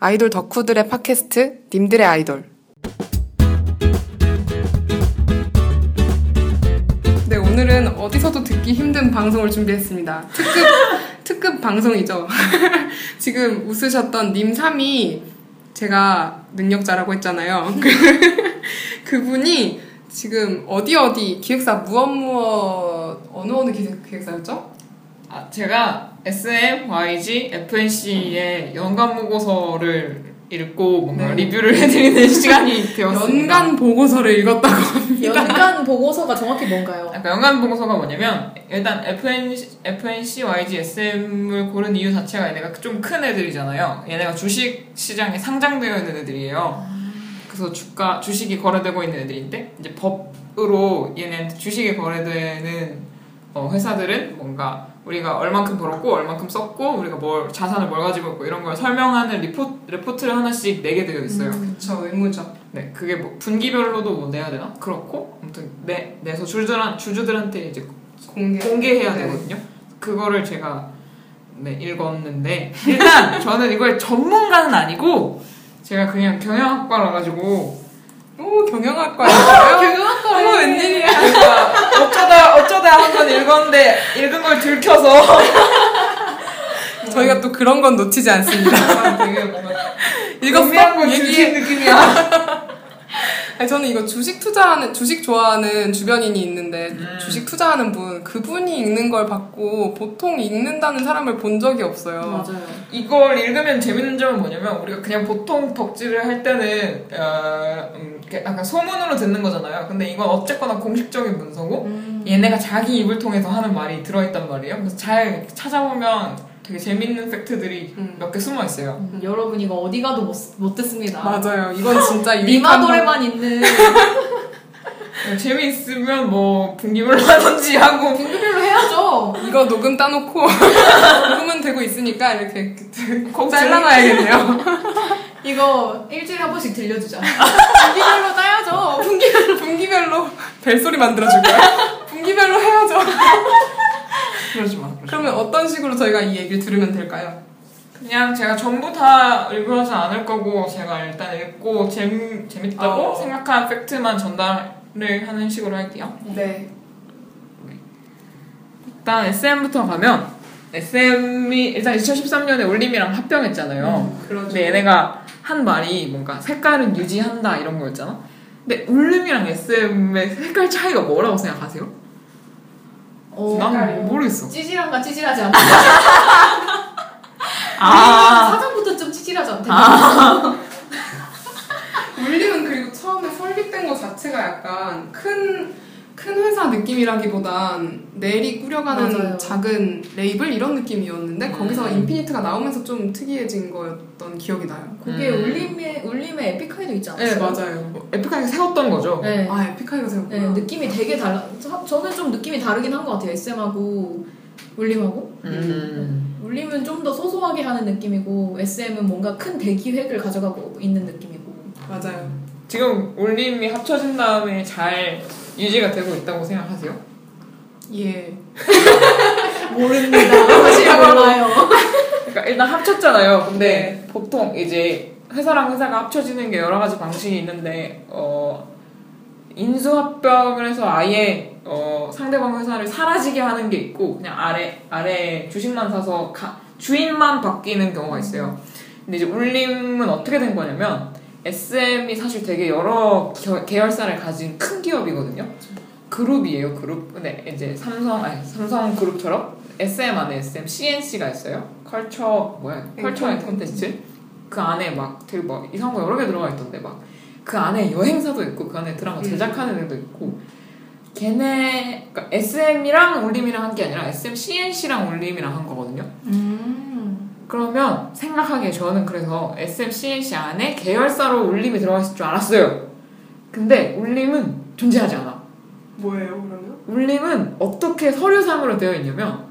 아이돌 덕후들의 팟캐스트 님들의 아이돌. 네, 오늘은 어디서도 듣기 힘든 방송을 준비했습니다. 특급 특급 방송이죠. 지금 웃으셨던 님 3이 제가 능력자라고 했잖아요. 그분이 지금 어디 어디 기획사 무엇 무엇 어느 어느 기획, 기획사였죠? 아, 제가 SM, YG, FNC의 연간 보고서를 읽고 뭔가 네. 리뷰를 해드리는 시간이 되었습니다. 연간 보고서를 읽었다고. 연간 그러니까 보고서가 정확히 뭔가요? 그러니까 연간 보고서가 뭐냐면 일단 FNC, FNC, YG, SM을 고른 이유 자체가 얘네가 좀 큰 애들이잖아요. 얘네가 주식 시장에 상장되어 있는 애들이에요. 그래서 주가 주식이 거래되고 있는 애들인데 이제 법으로 얘네한테 주식이 거래되는 어, 회사들은 뭔가 우리가 얼만큼 벌었고 얼만큼 썼고 우리가 뭘 자산을 뭘 가지고 있고 이런 걸 설명하는 리포, 레포트를 하나씩 내게 되어 있어요. 그쵸, 의무죠. 네, 그게 뭐 분기별로도 뭐 내야 되나? 그렇고 아무튼 내 내서 주주들한 주주들한테 이제 공개. 공개해야 네. 되거든요. 그거를 제가 네 읽었는데 일단 저는 이걸 전문가는 아니고 제가 그냥 경영학과라 가지고 오, 경영학과였어요? 경영학과에 어머, 네. 웬일이야. 그러니까 어쩌다 어쩌다 한 건 읽었는데 읽은 걸 들켜서 저희가 또 그런 건 놓치지 않습니다. 아, 되게 뭔가 의미한 읽었어? 걸 얘기해. 들킨 느낌이야. 아니, 저는 이거 주식 투자하는, 주식 좋아하는 주변인이 있는데, 음. 주식 투자하는 분, 그분이 읽는 걸 봤고, 보통 읽는다는 사람을 본 적이 없어요. 맞아요. 이걸 읽으면 재밌는 점은 뭐냐면 우리가 그냥 보통 덕질을 할 때는 어, 음, 이렇게 약간 소문으로 듣는 거잖아요. 근데 이건 어쨌거나 공식적인 문서고 음, 얘네가 자기 입을 통해서 하는 말이 들어있단 말이에요. 그래서 잘 찾아보면 되게 재밌는 팩트들이 음. 몇 개 숨어 있어요. 음, 여러분 이거 어디 가도 못, 못 듣습니다. 맞아요. 이건 진짜 유익한 방- 니마돌에만 있는 재미있으면 뭐 분기별로 하든지 하고 분급별로 해야죠. 이거 녹음 따놓고, 녹음은 되고 있으니까, 이렇게 꼭 잘라놔야겠네요. 이거 일주일에 한 번씩 들려주자. 분기별로 따야죠. 분기별로, 분기별로 벨소리 만들어줄 거야? 분기별로 해야죠. 그러지 마. 그러지 마. 그러면 어떤 식으로 저희가 이 얘기를 들으면 될까요? 그냥 제가 전부 다 일부러지 않을 거고 제가 일단 읽고 재미, 재밌다고 어. 생각한 팩트만 전달을 하는 식으로 할게요. 네. 일단 SM부터 가면 SM이 일단 2013년에 올림이랑 음. 합병했잖아요. 그러죠. 근데 얘네가 한 말이 뭔가 색깔은 유지한다 이런 거였잖아. 근데 울림이랑 SM의 색깔 차이가 뭐라고 생각하세요? 어, 난 모르겠어. 찌질한가 찌질하지 않나? 아, 사전부터 좀 찌질하지 않다. 울림은 그리고 처음에 설립된 것 자체가 약간 큰, 큰 회사 느낌이라기보단 내리 꾸려가는 맞아요. 네. 작은 레이블 이런 느낌이었는데 음. 거기서 인피니트가 나오면서 좀 특이해진 거였던 기억이 나요. 그게 음. 울림의 울림의 에픽하이도 있지 않았어요? 네, 맞아요. 뭐 에픽하게 세웠던 거죠. 네. 아, 에픽하이가 세웠구나. 네, 느낌이 되게 달라. 저- 저는 좀 느낌이 다르긴 한 것 같아요. SM하고 울림하고. 음. 울림은 좀 더 소소하게 하는 느낌이고 SM은 뭔가 큰 대기획을 가져가고 있는 느낌이고. 맞아요. 지금 울림이 합쳐진 다음에 잘 유지가 되고 있다고 생각하세요? 예. 모릅니다. 사실 몰라요. 그러니까 일단 합쳤잖아요. 근데 보통 이제 회사랑 회사가 합쳐지는 게 여러 가지 방식이 있는데 어 인수 합병을 해서 아예 어 상대방 회사를 사라지게 하는 게 있고 그냥 아래 아래 주식만 사서 가- 주인만 바뀌는 경우가 있어요. 근데 이제 울림은 어떻게 된 거냐면 SM이 사실 되게 여러 겨- 계열사를 가진 큰 기업이거든요. 그룹이에요, 그룹. 근데 이제 삼성, 아니 삼성 그룹처럼 SM 안에 SM, CNC가 있어요. 컬처, 뭐야, 네, 컬처 앤 콘텐츠. 그 안에 막 되게 막 이상한 거 여러 개 들어가 있던데 막 그 안에 여행사도 있고 그 안에 드라마 음. 제작하는 애도 있고 걔네 그러니까 SM이랑 울림이랑 한 게 아니라 SM, CNC랑 울림이랑 한 거거든요. 음. 그러면 생각하기에 저는 그래서 SM, CNC 안에 계열사로 울림이 들어가 있을 줄 알았어요. 근데 울림은 존재하지 않아. 뭐예요, 그러면? 울림은 어떻게 서류상으로 되어 있냐면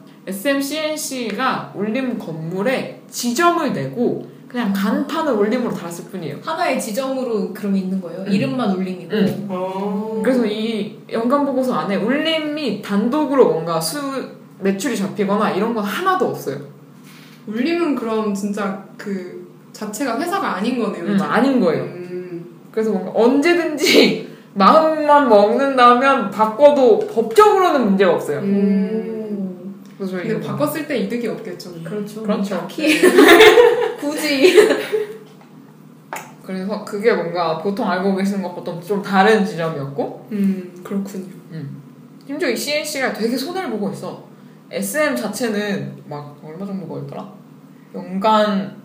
SMCNC가 울림 건물에 지점을 내고 그냥 간판을 울림으로 달았을 뿐이에요. 하나의 지점으로 그럼 있는 거예요. 음. 이름만 울림이고. 음. 어. 그래서 이 연간 보고서 안에 울림이 단독으로 뭔가 수 매출이 잡히거나 이런 건 하나도 없어요. 울림은 그럼 진짜 그 자체가 회사가 아닌 거네요. 음, 이제. 아닌 거예요. 음, 그래서 뭔가 언제든지 마음만 먹는다면 바꿔도 법적으로는 문제가 네. 없어요. 음. 그래서 저희 근데 바꿨을 때 이득이 없겠죠. 그렇죠. 그렇죠. 딱히 굳이 그래서 그게 뭔가 보통 알고 계시는 것보다 좀 다른 지점이었고 음, 그렇군요. 심지어 이 CNC가 되게 손해를 보고 있어. SM 자체는 막 얼마 정도 벌더라? 연간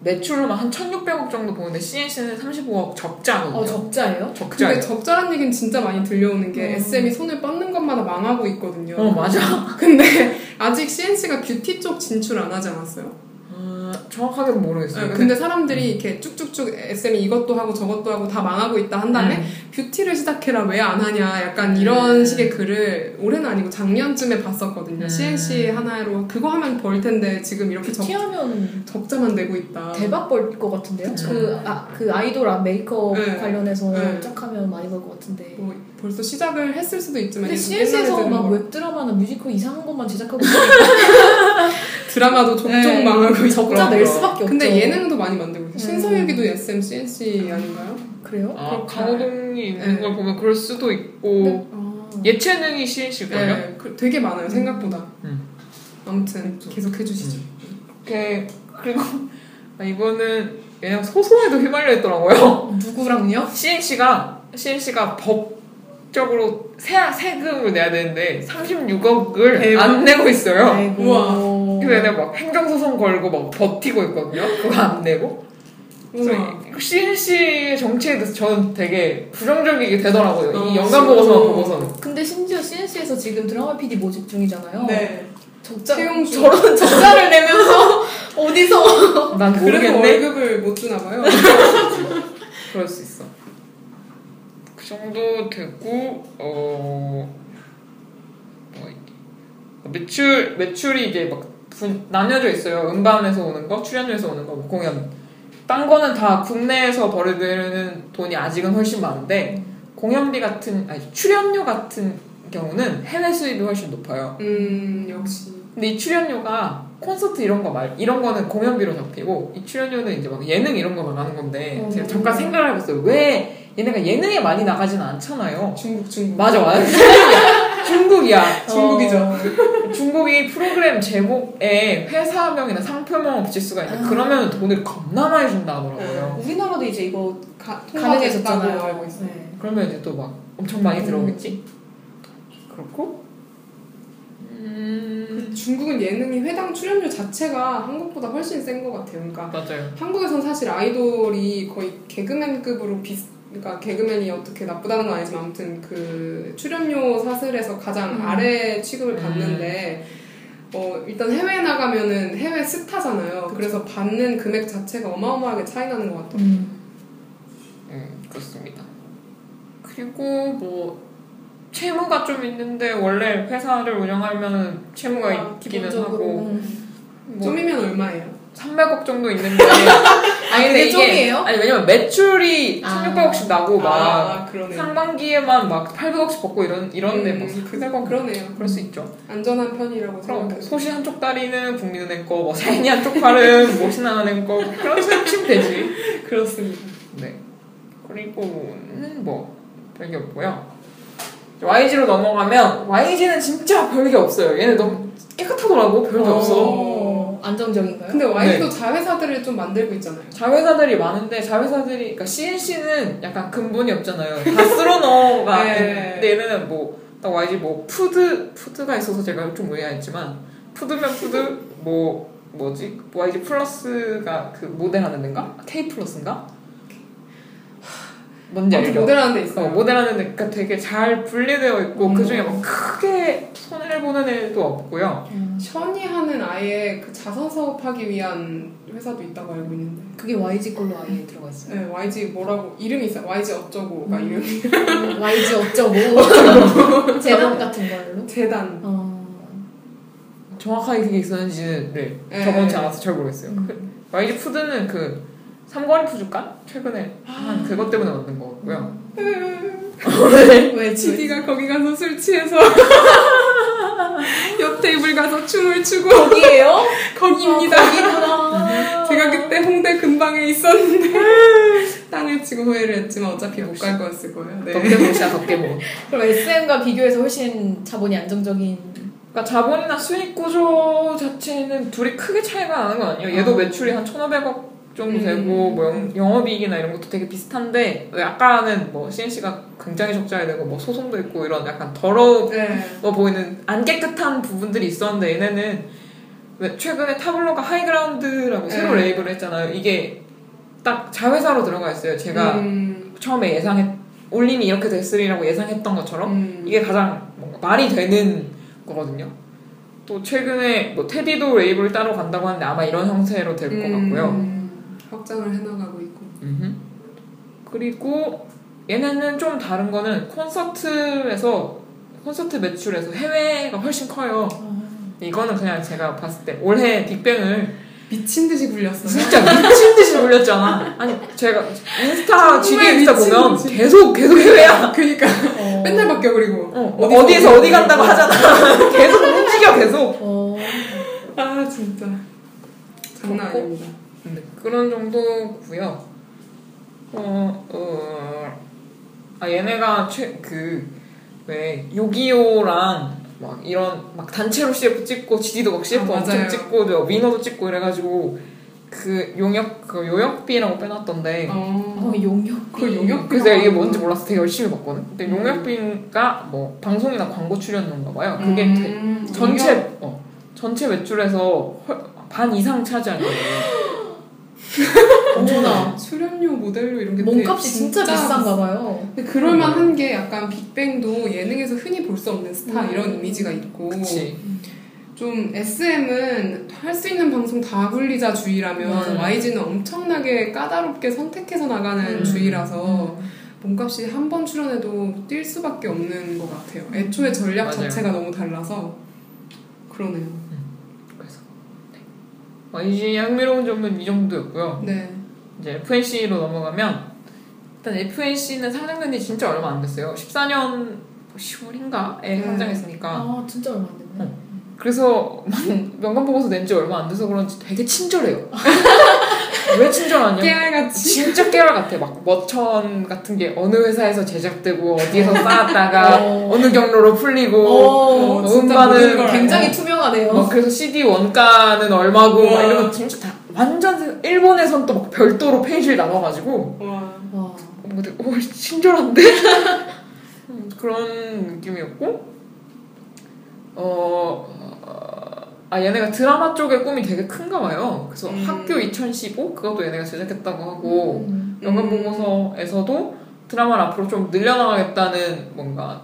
매출로만 한 1,600억 정도 보는데 CNC는 35억 적자거든요. 어 적자예요? 근데 적자예요. 적절한 얘기는 진짜 많이 들려오는 게 음. SM이 손을 뻗는 것마다 망하고 있거든요. 어 맞아. 근데 아직 CNC가 뷰티 쪽 진출 안 하지 않았어요. 어, 정확하게는 모르겠어요. 네, 근데 사람들이 이렇게 쭉쭉쭉 SM이 이것도 하고 저것도 하고 다 망하고 있다 한 다음에 뷰티를 시작해라 왜 안 하냐 약간 이런 음. 식의 글을 올해는 아니고 작년쯤에 봤었거든요. 음. CNC 하나로 그거 하면 벌 텐데 지금 이렇게 적, 티하면 적자만 내고 있다. 대박 벌 것 같은데요? 그쵸. 그, 아, 그 아이돌 아, 메이크업 네. 관련해서 네. 쫙 하면 많이 벌 것 같은데. 뭐 벌써 시작을 했을 수도 있지만 근데 이게 CNC에서 옛날에 막 되는 거. 웹드라마나 뮤지컬 이상한 것만 제작하고 드라마도 종종 네. 망하고 있고 적자 낼 수밖에 없죠. 그러니까. 아, 근데 예능도 많이 만들고 있어요. 음. 신서유기도 SM, CNC 아닌가요? 그래요? 아, 그렇구나. 강호동이 있는 네. 걸 보면 그럴 수도 있고 아. 예체능이 CNC거든요. 네, 그- 되게 많아요 생각보다. 음. 아무튼 그렇죠. 계속 해주시죠. 이렇게 그리고 아, 이거는 왜냐면 소송에도 휘말려 있더라고요. 어, 누구랑요? CNC가 CNC가 법적으로 세, 세금을 내야 되는데 대박. 36억을 네. 안 내고 있어요. 아이고. 그래서 얘네 막 행정소송 걸고 막 버티고 있거든요. 그거 안 내고. 우와. 그래서 CNC의 정치에 대해서 저는 되게 부정적이게 되더라고요. 어, 이 연간 보고서만 어. 보고서는. 근데 심지어 CNC에서 지금 드라마 PD 모집 중이잖아요. 네. 적자 채용 중. 저런 적자를 내면서 어디서 난 그래서 모르겠네. 월급을 못 주나 봐요. 그럴 수 있어. 그 정도 되고 어, 뭐 이게. 매출 매출이 이제 막 분- 나뉘어져 있어요. 음반에서 오는 거, 출연료에서 오는 거, 뭐 공연. 딴 거는 다 국내에서 벌어들이는 돈이 아직은 훨씬 많은데 공연비 같은 아니 출연료 같은 경우는 해외 수입이 훨씬 높아요. 음 역시. 근데 이 출연료가 콘서트 이런 거 말 이런 거는 공연비로 잡히고 이 출연료는 이제 막 예능 이런 거만 가는 건데 어. 제가 잠깐 생각을 해봤어요 왜 얘네가 예능에 많이 나가지는 않잖아요 중국 중국. 맞아 맞아 중국이야 중국이야 중국이죠. 어. 어. 중국이 프로그램 제목에 회사명이나 상표명 없이 수가 있는데 아. 그러면 돈을 겁나 많이 준다 하더라고요 우리나라도 이제 이거 가, 가능해졌잖아요. 네. 통과됐다고 알고 있어요. 네. 그러면 이제 또 막 엄청 많이 음. 들어오겠지 그렇고 음 중국은 예능이 회당 출연료 자체가 한국보다 훨씬 센 것 같아요. 그러니까 맞아요 한국에선 사실 아이돌이 거의 개그맨급으로 비슷 그러니까 개그맨이 어떻게 나쁘다는 건 아니지만 아무튼 그 출연료 사슬에서 가장 음. 아래 취급을 음. 받는데 어 일단 해외 나가면은 해외 스타잖아요. 그래서 받는 금액 자체가 어마어마하게 차이 나는 것 같아요. 음. 음, 그렇습니다. 그리고 뭐 채무가 좀 있는데 원래 회사를 운영하면 채무가 아, 있기는 기본적으로. 하고 음. 뭐 좀이면 얼마예요? 300억 정도 있는데 아니 근데 그게 좀이에요? 아니 왜냐면 매출이 아. 1600억씩 나고 막 아 그러네. 상반기에만 막 800억씩 벗고 이런 이런데 뭐 음, 막 그건 그러네요. 그럴 수 있죠. 안전한 편이라고 그럼 뭐 생각해요. 소시 한쪽 다리는 국민은행 거, 뭐 사인이 한쪽 팔은 뭐 모신한은행 거 그런 식으로 치면 되지. 그렇습니다. 네. 그리고는 뭐 별게 없고요. YG로 넘어가면 YG는 진짜 별게 없어요. 얘네 너무 깨끗하더라고 별게 어. 없어. 어, 안정적인가요? 근데 와이도 네. 자회사들을 좀 만들고 있잖아요. 자회사들이 많은데 자회사들이 그러니까 CNC는 약간 근본이 없잖아요. 다 쓸어넣어가 네. 있는데 얘네는 뭐딱 YG 뭐 푸드 푸드가 있어서 제가 좀 의아했지만 푸드면 푸드 뭐 뭐지 YG 플러스가 그 모델하는 데인가 K 플러스인가 뭔지 아무튼 알죠? 모델하는 데 어, 있어요. 모델하는 데가 되게 잘 분리되어 있고 음. 그 중에 막 크게 손해를 보는 애도 없고요. 음. 션이하는 아예 그 자선 사업하기 위한 회사도 있다고 알고 있는데. 그게 YG 걸로 아예 들어가 있어요. 네, YG 뭐라고 이름이 있어요. YG 음. 어쩌고가 이름 음, YG 어쩌고 재단 같은 걸로. 재단. 어. 정확하게 그게 있었는지는 네, 네. 적어놓지 않아서 잘 모르겠어요. 그, 음. YG 푸드는 그 삼거리 푸주간 최근에 아. 한 그것 때문에 만든 거고요. 왜 지디? 지디가 거기 가서 술 취해서 옆 테이블 가서 춤을 추고 거기에요? 거기입니다. 아, 거기구나. 제가 그때 홍대 근방에 있었는데 땅을 치고 후회를 했지만 어차피 못 갈 거였을 거예요. 네. 덕계모시야 덕계모. 그럼 SM과 비교해서 훨씬 자본이 안정적인 그러니까 자본이나 수익 구조 자체는 둘이 크게 차이가 나는 건 아니에요. 얘도 아. 매출이 한 1,500억 정도 음. 되고 뭐 영, 영업이익이나 이런 것도 되게 비슷한데 약간은 뭐 CNC가 굉장히 적자가 되고 뭐 소송도 있고 이런 약간 더러워 네. 보이는 안 깨끗한 부분들이 있었는데 얘네는 왜 최근에 타블로가 하이그라운드라고 새로 네. 레이블을 했잖아요. 이게 딱 자회사로 들어가 있어요. 제가 음, 처음에 예상했 올림이 이렇게 됐으리라고 예상했던 것처럼 음. 이게 가장 뭔가 말이 되는 거거든요. 또 최근에 뭐 테디도 레이블 따로 간다고 하는데 아마 이런 형태로 될 것 음, 같고요. 확장을 해나가고 있고. 음흠. 그리고 얘네는 좀 다른 거는 콘서트에서 콘서트 매출에서 해외가 훨씬 커요. 이거는 그냥 제가 봤을 때 올해 빅뱅을 미친 듯이 굴렸어요. 진짜 미친 듯이 올렸잖아. 아니 제가 정말 인스타 지게 인스타 미친 보면 듯이. 계속 계속 해외야. 그니까 어. 맨날 바뀌어 그리고. 어, 어디에서 어디 간다고 하잖아. 계속 움직여 계속. 어. 아 진짜 장난 그렇고. 아닙니다. 네, 그런 정도고요. 어, 어, 아 얘네가 그, 최그왜 요기요랑 막 이런 막 단체로 CF 찍고 GD도 막 CF 아, 엄청 맞아요. 찍고 저 위너도 찍고 이래가지고 그 용역 그 요역비라고 빼놨던데. 어. 어, 용역. 그 용역 아, 그래서 내가 음. 이게 뭔지 몰라서 되게 열심히 봤거든. 근데 용역비가 뭐 방송이나 광고 출연료인가 봐요. 그게 되- 음, 용역. 전체 어, 전체 매출에서 헐- 반 이상 차지하는 거예요. 어머나. 출연료 모델료 이런 게 되게 몸값이 진짜 비싼가 봐요. 근데 음. 그럴만한 게 약간 빅뱅도 예능에서 흔히 볼 수 없는 스타 음. 이런 이미지가 있고 그치. 좀 SM은 할 수 있는 방송 다 굴리자 주의라면 음. YG는 엄청나게 까다롭게 선택해서 나가는 음. 주의라서 몸값이 한 번 출연해도 뛸 수밖에 없는 것 같아요. 애초에 전략 맞아요. 자체가 너무 달라서 그러네요. 그래서 네. YG의 흥미로운 점은 이 정도였고요. 네. 이제 FNC로 넘어가면 일단 FNC는 상장된 지 진짜 얼마 안 됐어요. 14년 10월인가에 네. 상장했으니까. 아, 진짜 얼마 안 됐네. 그래서 명감 보고서 낸 지 얼마 안 돼서 그런지 되게 친절해요. 왜 친절하냐? 깨알같이. 진짜 깨알 같아. 막 머천 같은 게 어느 회사에서 제작되고 어디에서 쌓았다가 어. 어느 경로로 풀리고 오, 어, 진짜 모든 걸 음반은 알고. 굉장히 투명하네요. 뭐. 막 그래서 CD 원가는 얼마고 어, 우와. 막 이런 거 진짜 다 완전 세- 일본에선 또 막 별도로 페이지를 나눠가지고 와. 와. 뭔가 되게 오 친절한데 음, 그런 느낌이었고 어, 어아 얘네가 드라마 쪽의 꿈이 되게 큰가 봐요. 그래서 음. 학교 2015 그것도 얘네가 제작했다고 하고 음. 연간 보고서에서도 드라마를 앞으로 좀 늘려나가겠다는 뭔가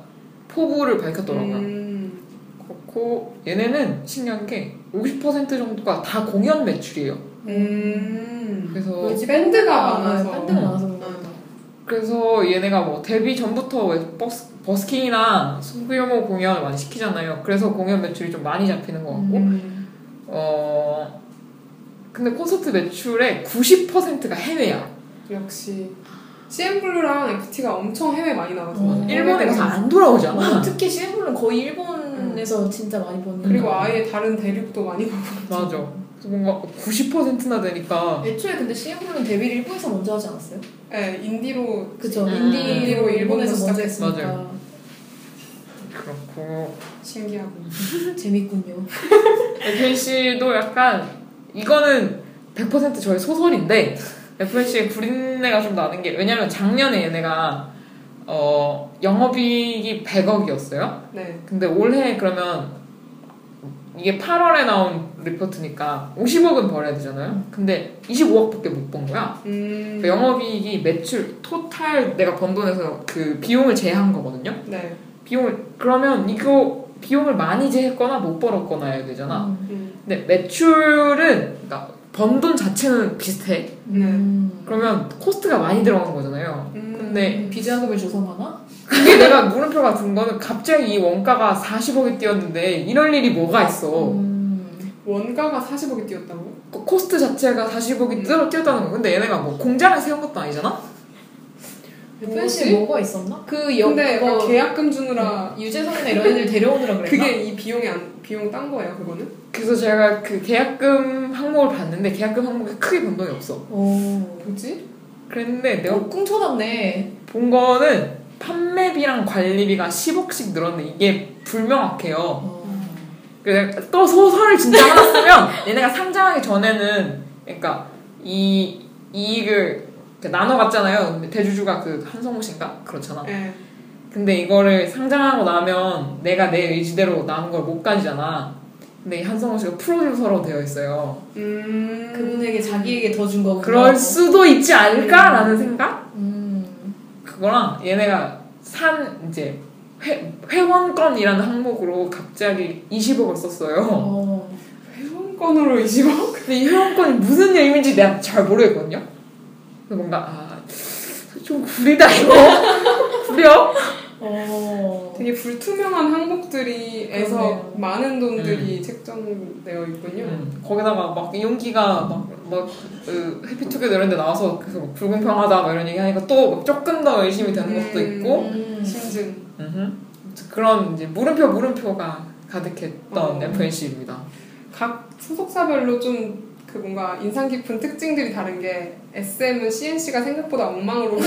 포부를 밝혔더라고요. 음. 그렇고 얘네는 신기한 게 50% 정도가 다 공연 매출이에요. 음. 그래서 뭐지? 밴드가 네, 많아서. 음. 밴드가 많아서 그런 다 그래서 얘네가 뭐 데뷔 전부터 왜 버스, 버스킹이나 소규모 공연을 많이 시키잖아요. 그래서 공연 매출이 좀 많이 잡히는 것 같고 음. 어 근데 콘서트 매출의 90%가 해외야. 역시. CN블루랑 FT가 엄청 해외 많이 나가서. 어. 일본에 가서 안 어, 돌아오잖아. 특히 시애블은 거의 일본에서 진짜 많이 버는 음. 그리고 거. 아예 다른 대륙도 많이 가고. 맞아. 그래서 뭔가 90%나 되니까 애초에 근데 시애블은 데뷔를 일본에서 먼저 하지 않았어요? 네, 인디로. 그죠 음. 인디로 일본에서 일본에서 먼저 시작했- 했으니까 그렇고 신기하고. 재밌군요 FNC도 약간 이거는 100% 저의 소설인데 FNC의 구린내가 좀 나는 게 왜냐면 작년에 얘네가 어 영업이익이 100억이었어요. 네. 근데 올해 그러면 이게 8월에 나온 리포트니까 50억은 벌어야 되잖아요. 근데 25억밖에 못 번 거야. 음. 그러니까 영업이익이 매출 토탈 내가 번 돈에서 그 비용을 제한 거거든요. 네. 비용을 그러면 이거 비용을 많이 제했거나 못 벌었거나 해야 되잖아. 음. 음. 근데 매출은 네, 그러니까 번 돈 자체는 비슷해. 네. 음. 그러면 코스트가 많이 들어간 거잖아요. 음. 근데 비자금을 줘서 가나? 그게 내가 물음표 같은 거는 갑자기 이 원가가 40억이 뛰었는데 이럴 일이 뭐가 있어. 음. 원가가 40억이 뛰었다고? 그 코스트 자체가 40억이 뜨 뛰었다는 거. 근데 얘네가 뭐 공장을 세운 것도 아니잖아. FNC 뭐지? 뭐가 있었나? 그 여, 근데 약간 그거 계약금 주느라 유재석이나 이런 애들 데려오느라 음. 그랬나? 그게 이 비용이 안 비용 딴 거예요 그거는? 그래서 제가 그 계약금 항목을 봤는데 계약금 항목에 크게 변동이 없어. 오. 뭐지? 그랬는데 내가 어, 꿍쳐놨네. 본 거는 판매비랑 관리비가 10억씩 늘었는데 이게 불명확해요. 어. 그래 또 소설을 진짜 하나 쓰면 얘네가 상장하기 전에는 그러니까 이 이익을 이렇게 나눠갔잖아요. 근데 대주주가 그 한성모 씨인가 그렇잖아. 네. 근데 이거를 상장하고 나면 내가 내 의지대로 남은 걸 못 가지잖아. 근데 이 한성모 씨가 프로듀서로 되어 있어요. 음. 그분에게 자기에게 더 준 거구나. 그럴 수도 있지 않을까라는 생각? 음. 그거랑 얘네가 산 이제 회, 회원권이라는 항목으로 갑자기 20억을 썼어요. 어. 회원권으로 20억? 근데 이 회원권이 무슨 의미인지 내가 잘 모르겠거든요. 근데 뭔가 아, 좀 구리다 이거. 구려? 어. 되게 불투명한 항목들이에서 그러네요. 많은 돈들이 책정되어 있군요. 음, 거기다가 막 이용기가 막막 그, 해피투게더인데 나와서 그래서 막 불공평하다 막 이런 얘기하니까 또막 조금 더 의심이 되는 것도 음. 있고 음. 심증. 음. 그런 이제 물음표 물음표가 가득했던 어. FNC입니다. 각 소속사별로 좀 그 뭔가 인상 깊은 특징들이 다른 게 SM은 CNC가 생각보다 엉망으로 어,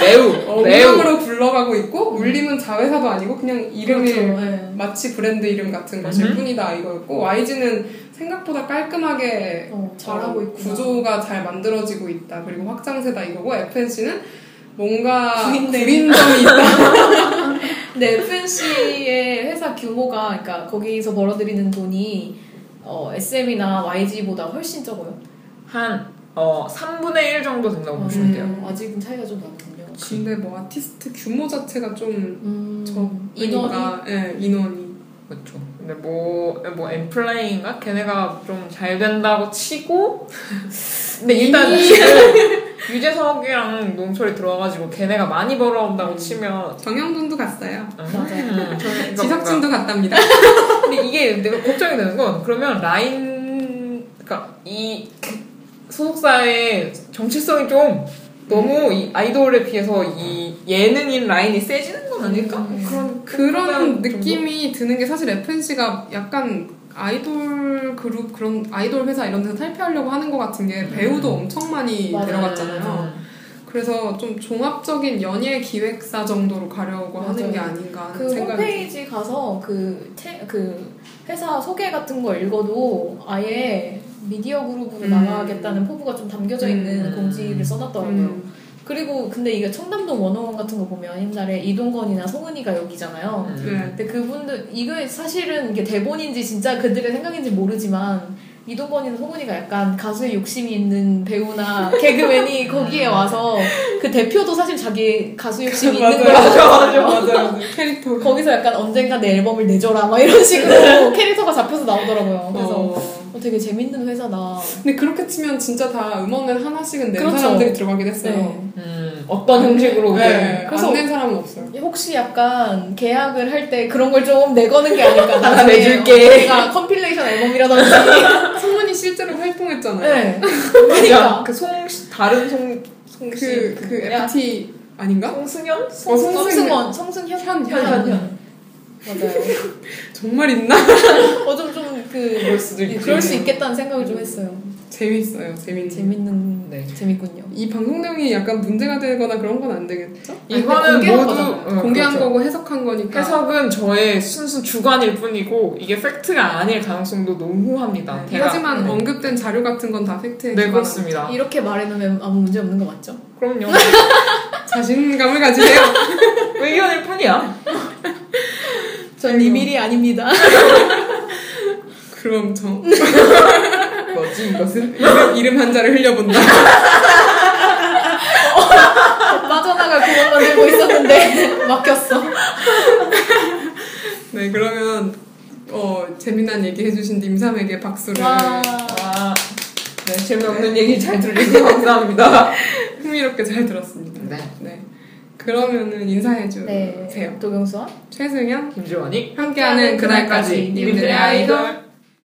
매우 매우 음. 엉망으로 굴러가고 있고 울림은 자회사도 아니고 그냥 이름이 그렇죠. 예. 마치 브랜드 이름 같은 것일 음. 뿐이다 이거였고 YG는 생각보다 깔끔하게 어, 잘하고 있고. 구조가 잘 만들어지고 있다 그리고 확장세다 이거고 FNC는 뭔가 구린내. 구린점이 있다 근데 FNC의 회사 규모가 그러니까 거기서 벌어들이는 돈이 어, SM이나 YG보다 훨씬 적어요. 한 어, 3분의 1 정도 된다고 음, 보시면 돼요. 돼요. 음, 아직은 차이가 좀 나거든요. 근데 뭐 아티스트 규모 자체가 좀 음, 인원이 적으니까 예, 인원이 그렇죠. 근데 뭐, 뭐, 엠플라잉인가? 걔네가 좀 잘 된다고 치고. 근데 일단 지금 유재석이랑 농철이 들어와가지고 걔네가 많이 벌어온다고 치면. 경영진도 갔어요 맞아요. 어, 저는 지석진도 갔답니다 근데 이게 내가 걱정이 되는 건 그러면 라인, 그니까 이 소속사의 정체성이 좀 너무 이 아이돌에 비해서 이 예능인 라인이 세지는 건 아닐까? 음. 그런, 그런 정도? 느낌이 뭐 드는 게 사실 FNC가 약간 아이돌 그룹 그런 아이돌 회사 이런 데서 탈피하려고 하는 것 같은 게 배우도 엄청 많이 음. 맞아요. 음. 데려갔잖아요. 그래서 좀 종합적인 연예 기획사 정도로 가려고 하는 맞아요. 게 아닌가 하는 그 생각이 홈페이지 가서 그, 태, 그 회사 소개 같은 거 읽어도 아예 미디어 그룹으로 음. 나가겠다는 포부가 좀 담겨져 있는 음. 공지를 써놨더라고요. 음. 그리고 근데 이게 청담동 원어원 같은 거 보면 옛날에 이동건이나 송은이가 여기잖아요. 네. 근데 그분들 이거 사실은 이게 대본인지 진짜 그들의 생각인지 모르지만 이동건이나 송은이가 약간 가수의 욕심이 있는 배우나 개그맨이 거기에 와서 그 대표도 사실 자기 가수 욕심이 있는 거라고 맞아요. 뭐 캐릭터. 거기서 약간 언젠가 내 앨범을 내줘라 막 이런 식으로 캐릭터가 잡혀서 나오더라고요. 그래서 어. 어, 되게 재밌는 회사다. 근데 그렇게 치면 진짜 다 음원을 하나씩은 낸 그렇죠. 네. 사람들이 들어가긴 했어요. 음, 어떤 형식으로 네. 네. 그래서 그래서- 안 낸 사람은 없어요. 혹시 약간 계약을 할 때 그런 걸 좀 내거는 게 아닐까 나 나중에 내줄게. 내가 컴필레이션 앨범이라든지 성문이 실제로 활동했잖아요. 네. 그러니까 그 송, 씨- 다른 송, 그, 송씨, 그 야. FT 아닌가? 송승현? 어, 성- 성승원 성승현 현, 현, 현, 현. 현. 맞아요 어, 정말 있나? 어좀좀그 그럴 수도 있지. 그럴 수 있겠다는 생각을 좀 했어요 재밌어요. 재밌는. 재밌는 네. 재밌군요 이 방송 내용이 약간 문제가 되거나 그런 건 안 되겠죠? 아, 이거는 공개한 모두 거잖아요. 응, 공개한 그렇죠. 거고 해석한 거니까. 해석은 저의 순수 주관일 뿐이고 이게 팩트가 아닐 가능성도 농후합니다. 제가- 하지만 네. 언급된 자료 같은 건 다 팩트에 네 기반한 그렇습니다. 이렇게 말해놓으면 아무 문제 없는 거 맞죠? 그럼요. 자신감을 가지세요. 의견일 뿐이야. 전 이밀이 아닙니다 그럼 저 뭐지 이것은? 이름, 이름 한자를 흘려본다. 빠져나갈 구멍만 들고 있었는데 막혔어 네 그러면 어 재미난 얘기 해주신 님삼에게 박수를 와 아, 네 재미없는 얘기 잘 들리고 감사합니다. 흥미롭게 잘 들었습니다. 네. 그러면은 인사해 주세요. 네. 도경수와 최승현 김지원이 함께하는 그날까지 님들의 아이돌.